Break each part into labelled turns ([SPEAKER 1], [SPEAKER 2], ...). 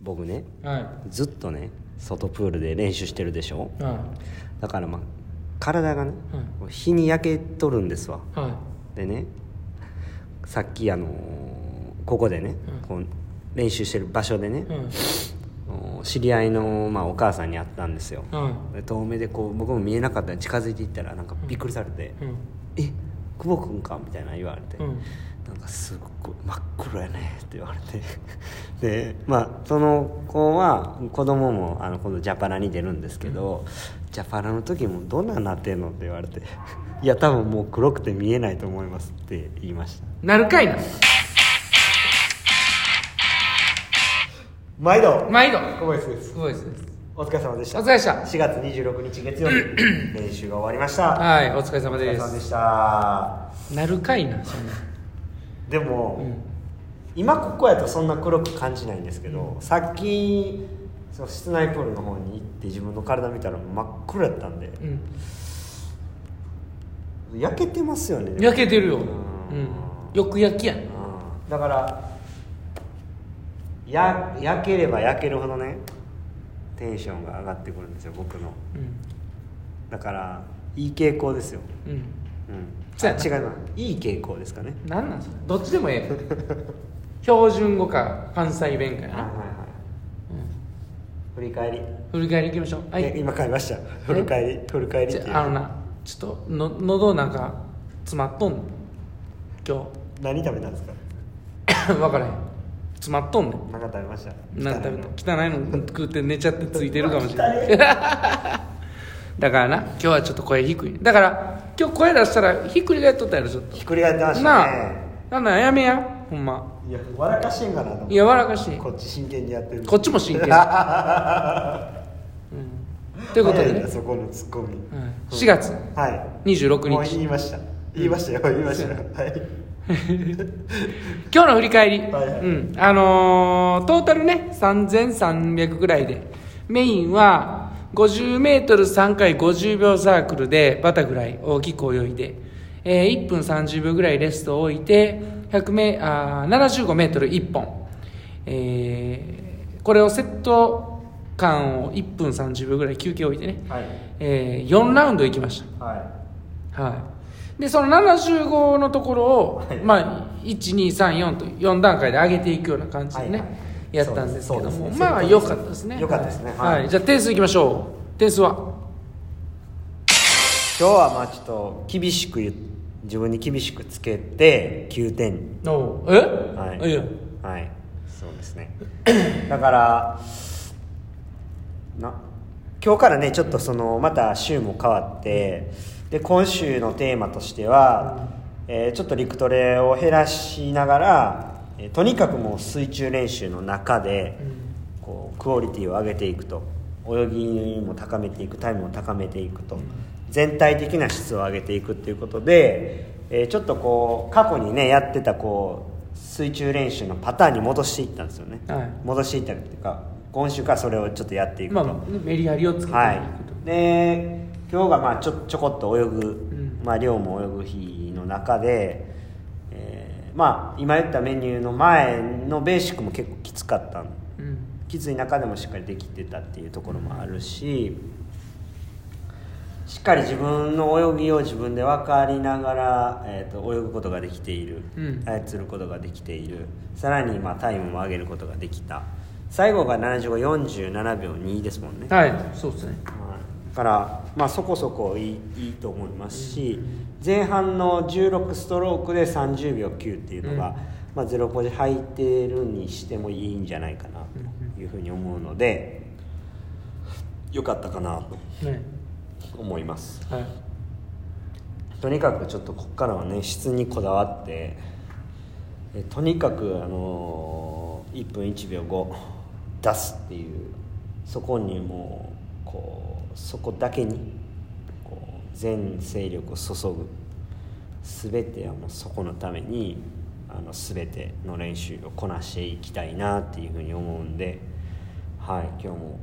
[SPEAKER 1] 僕ね
[SPEAKER 2] はい
[SPEAKER 1] ずっとね外プールで練習してるでしょ
[SPEAKER 2] は
[SPEAKER 1] だからまあ体がね、
[SPEAKER 2] はい
[SPEAKER 1] もう日に焼けとるんですわ
[SPEAKER 2] いはい
[SPEAKER 1] でねさっきあのーここでね、こう練習してる場所でね、
[SPEAKER 2] うん
[SPEAKER 1] お知り合いの、まあ、お母さんに会ったんですよ
[SPEAKER 2] は
[SPEAKER 1] で遠目でこう僕も見えなかったんで近づいていったらなんかびっくりされて
[SPEAKER 2] いうん
[SPEAKER 1] 「え久保君か?」みたいな言われて、
[SPEAKER 2] うん
[SPEAKER 1] なんかすっごい真っ黒やねって言われて でまあその子は子供もあのこのジャパラに出るんですけど、ジャパラの時もどんなんなってんのって言われて 「いや多分もう黒くて見えないと思います」って言いました
[SPEAKER 2] なるかいな
[SPEAKER 1] 毎度
[SPEAKER 2] 毎度
[SPEAKER 1] 小林です
[SPEAKER 2] すごいですです
[SPEAKER 1] お疲れ様でし
[SPEAKER 2] お
[SPEAKER 1] た
[SPEAKER 2] 疲れでした
[SPEAKER 1] 4月26日月曜日練習が終わりました
[SPEAKER 2] はいお疲れ様
[SPEAKER 1] お疲れ
[SPEAKER 2] で
[SPEAKER 1] 様ですした
[SPEAKER 2] なるかいなそんな
[SPEAKER 1] でも、今ここやとそんな黒く感じないんですけど、さっきその室内プールの方に行って自分の体見たら真っ黒やったんで
[SPEAKER 2] うん
[SPEAKER 1] 焼けてますよねでも
[SPEAKER 2] 焼けてるよ
[SPEAKER 1] う
[SPEAKER 2] うんんよく焼きやん
[SPEAKER 1] うんだからや焼ければ焼けるほどねテンションが上がってくるんですよ僕の
[SPEAKER 2] うん
[SPEAKER 1] だからいい傾向ですよ、
[SPEAKER 2] うん
[SPEAKER 1] うん、
[SPEAKER 2] そうや
[SPEAKER 1] あ
[SPEAKER 2] な
[SPEAKER 1] 違うないい傾向ですかね
[SPEAKER 2] なんなんそれどっちでもええよ標準語か関西弁かや
[SPEAKER 1] はいはい
[SPEAKER 2] な、
[SPEAKER 1] はい振り返り
[SPEAKER 2] 振り返りいきましょうは
[SPEAKER 1] え
[SPEAKER 2] い
[SPEAKER 1] 今買いました振り返り振り返りって
[SPEAKER 2] じ
[SPEAKER 1] いう
[SPEAKER 2] ゃああのなちょっとの喉なんか詰まっとんねん今
[SPEAKER 1] 何食べたんですか
[SPEAKER 2] 日分からへん詰まっとんね
[SPEAKER 1] 何か食べました
[SPEAKER 2] んなんか
[SPEAKER 1] 汚いの
[SPEAKER 2] 汚いの食って寝ちゃってついてるかもしれない だからな今日はちょっと声低いだから今日声出したらひっくり返っとったやろちょっと
[SPEAKER 1] ひっくり返ってました
[SPEAKER 2] な
[SPEAKER 1] ね
[SPEAKER 2] あなんなんやめやほんま
[SPEAKER 1] いや笑かしてんかなと思って
[SPEAKER 2] 柔らかしい
[SPEAKER 1] こっち真剣にやってる
[SPEAKER 2] こっちも真剣うんということで
[SPEAKER 1] 早いな
[SPEAKER 2] ね、
[SPEAKER 1] そこのツッコミ
[SPEAKER 2] うん、4月
[SPEAKER 1] は
[SPEAKER 2] 26
[SPEAKER 1] いもう
[SPEAKER 2] 日
[SPEAKER 1] 言いました言いましたよ言いましたよはい
[SPEAKER 2] 今日の振り返り、
[SPEAKER 1] はいはい
[SPEAKER 2] うんあのートータルね3300ぐらいでメインは 50m3 回50秒サークルでバタフライ大きく泳いで、えー1分30秒ぐらいレストを置いて100メあー 75m1 本、えーこれをセット間を1分30秒ぐらい休憩を置いてね、
[SPEAKER 1] はい
[SPEAKER 2] え4ラウンド行きました
[SPEAKER 1] は
[SPEAKER 2] はい、でその75のところを、まあ、1234と4段階で上げていくような感じでね、
[SPEAKER 1] はいはい
[SPEAKER 2] やったんですけど
[SPEAKER 1] そう
[SPEAKER 2] も、
[SPEAKER 1] ですね
[SPEAKER 2] ま
[SPEAKER 1] そ
[SPEAKER 2] あ
[SPEAKER 1] ういう
[SPEAKER 2] 良
[SPEAKER 1] ことです
[SPEAKER 2] かったですね
[SPEAKER 1] 良かったですね
[SPEAKER 2] はい、
[SPEAKER 1] はい
[SPEAKER 2] はいじゃあ点数いきましょう点数は
[SPEAKER 1] 今日はまあちょっと厳しく言う自分に厳しくつけて9点
[SPEAKER 2] おうえ、
[SPEAKER 1] はい
[SPEAKER 2] いや
[SPEAKER 1] はいそうです ねだからな今日からねちょっとそのまた週も変わってで今週のテーマとしては、えーちょっと陸トレを減らしながら、えーとにかくもう水中練習の中で、こうクオリティを上げていくと泳ぎも高めていくタイムも高めていくと、全体的な質を上げていくっていうことで、えーちょっとこう過去にねやってたこう水中練習のパターンに戻していったんですよね、
[SPEAKER 2] はい
[SPEAKER 1] 戻していったっていうか今週からそれをちょっとやっていく
[SPEAKER 2] ま
[SPEAKER 1] と、
[SPEAKER 2] あメリハリをつけていくと、
[SPEAKER 1] はい、で今日がまあちょちょこっと泳ぐ、まあ、量も泳ぐ日の中で、えーまあ今言ったメニューの前のベーシックも結構きつかったん
[SPEAKER 2] うん
[SPEAKER 1] きつい中でもしっかりできてたっていうところもあるししっかり自分の泳ぎを自分で分かりながら、えー、と泳ぐことができている、
[SPEAKER 2] うん
[SPEAKER 1] 操ることができているさらにまあタイムも上げることができた最後が7547秒2ですもんね、
[SPEAKER 2] はいそうですね
[SPEAKER 1] はいだから、まあ、そこそこいいいいと思いますし、前半の16ストロークで30秒9っていうのが、まあ、ゼロポジ入ってるにしてもいいんじゃないかなというふうに思うので、良かったかな
[SPEAKER 2] ね
[SPEAKER 1] と思います。
[SPEAKER 2] はい
[SPEAKER 1] とにかくちょっとここからはね質にこだわってえとにかく、あのー1分1秒5出すっていうそこにもうこうそこだけにこう全精力を注ぐ全てはもうそこのためにあの全ての練習をこなしていきたいなっていうふうに思うんで、はい、今日も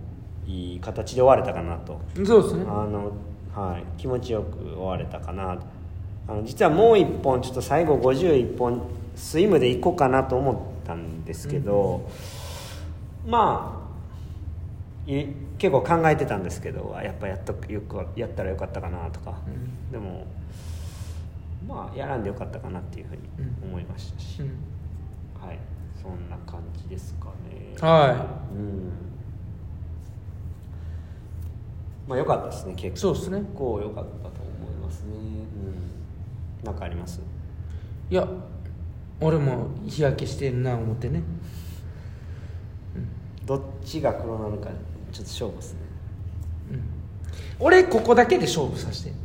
[SPEAKER 1] いい形で終われたかなと
[SPEAKER 2] そうですね
[SPEAKER 1] あの、はい、気持ちよく終われたかなとあの実はもう一本ちょっと最後51本スイムでいこうかなと思ったんですけど、まあい結構考えてたんですけどあやっぱやっとよくやったらよかったかなとか、
[SPEAKER 2] うん
[SPEAKER 1] でもまあやらんでよかったかなっていうふうに思いましたし、
[SPEAKER 2] うん
[SPEAKER 1] はいそんな感じですかね
[SPEAKER 2] は
[SPEAKER 1] うんまあ良かったですね結構
[SPEAKER 2] そうですね
[SPEAKER 1] 結構良かったと思いますねうんなんかあります
[SPEAKER 2] いいや俺も日焼けしてんな思ってね
[SPEAKER 1] どっちが黒なのかちょっと勝負ですね
[SPEAKER 2] うん俺ここだけで勝負させて
[SPEAKER 1] な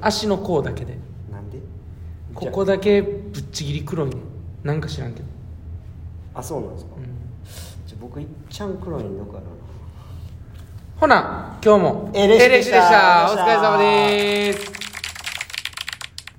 [SPEAKER 2] 足の甲だけで
[SPEAKER 1] なんで
[SPEAKER 2] ここ
[SPEAKER 1] だ
[SPEAKER 2] だけぶっちぎり黒いねなんか知らんけど、
[SPEAKER 1] あそうなんですか、
[SPEAKER 2] うん
[SPEAKER 1] じゃあ僕いっちゃん黒いのかな
[SPEAKER 2] ほな今日も
[SPEAKER 1] エレシでした
[SPEAKER 2] エレシお疲れ様です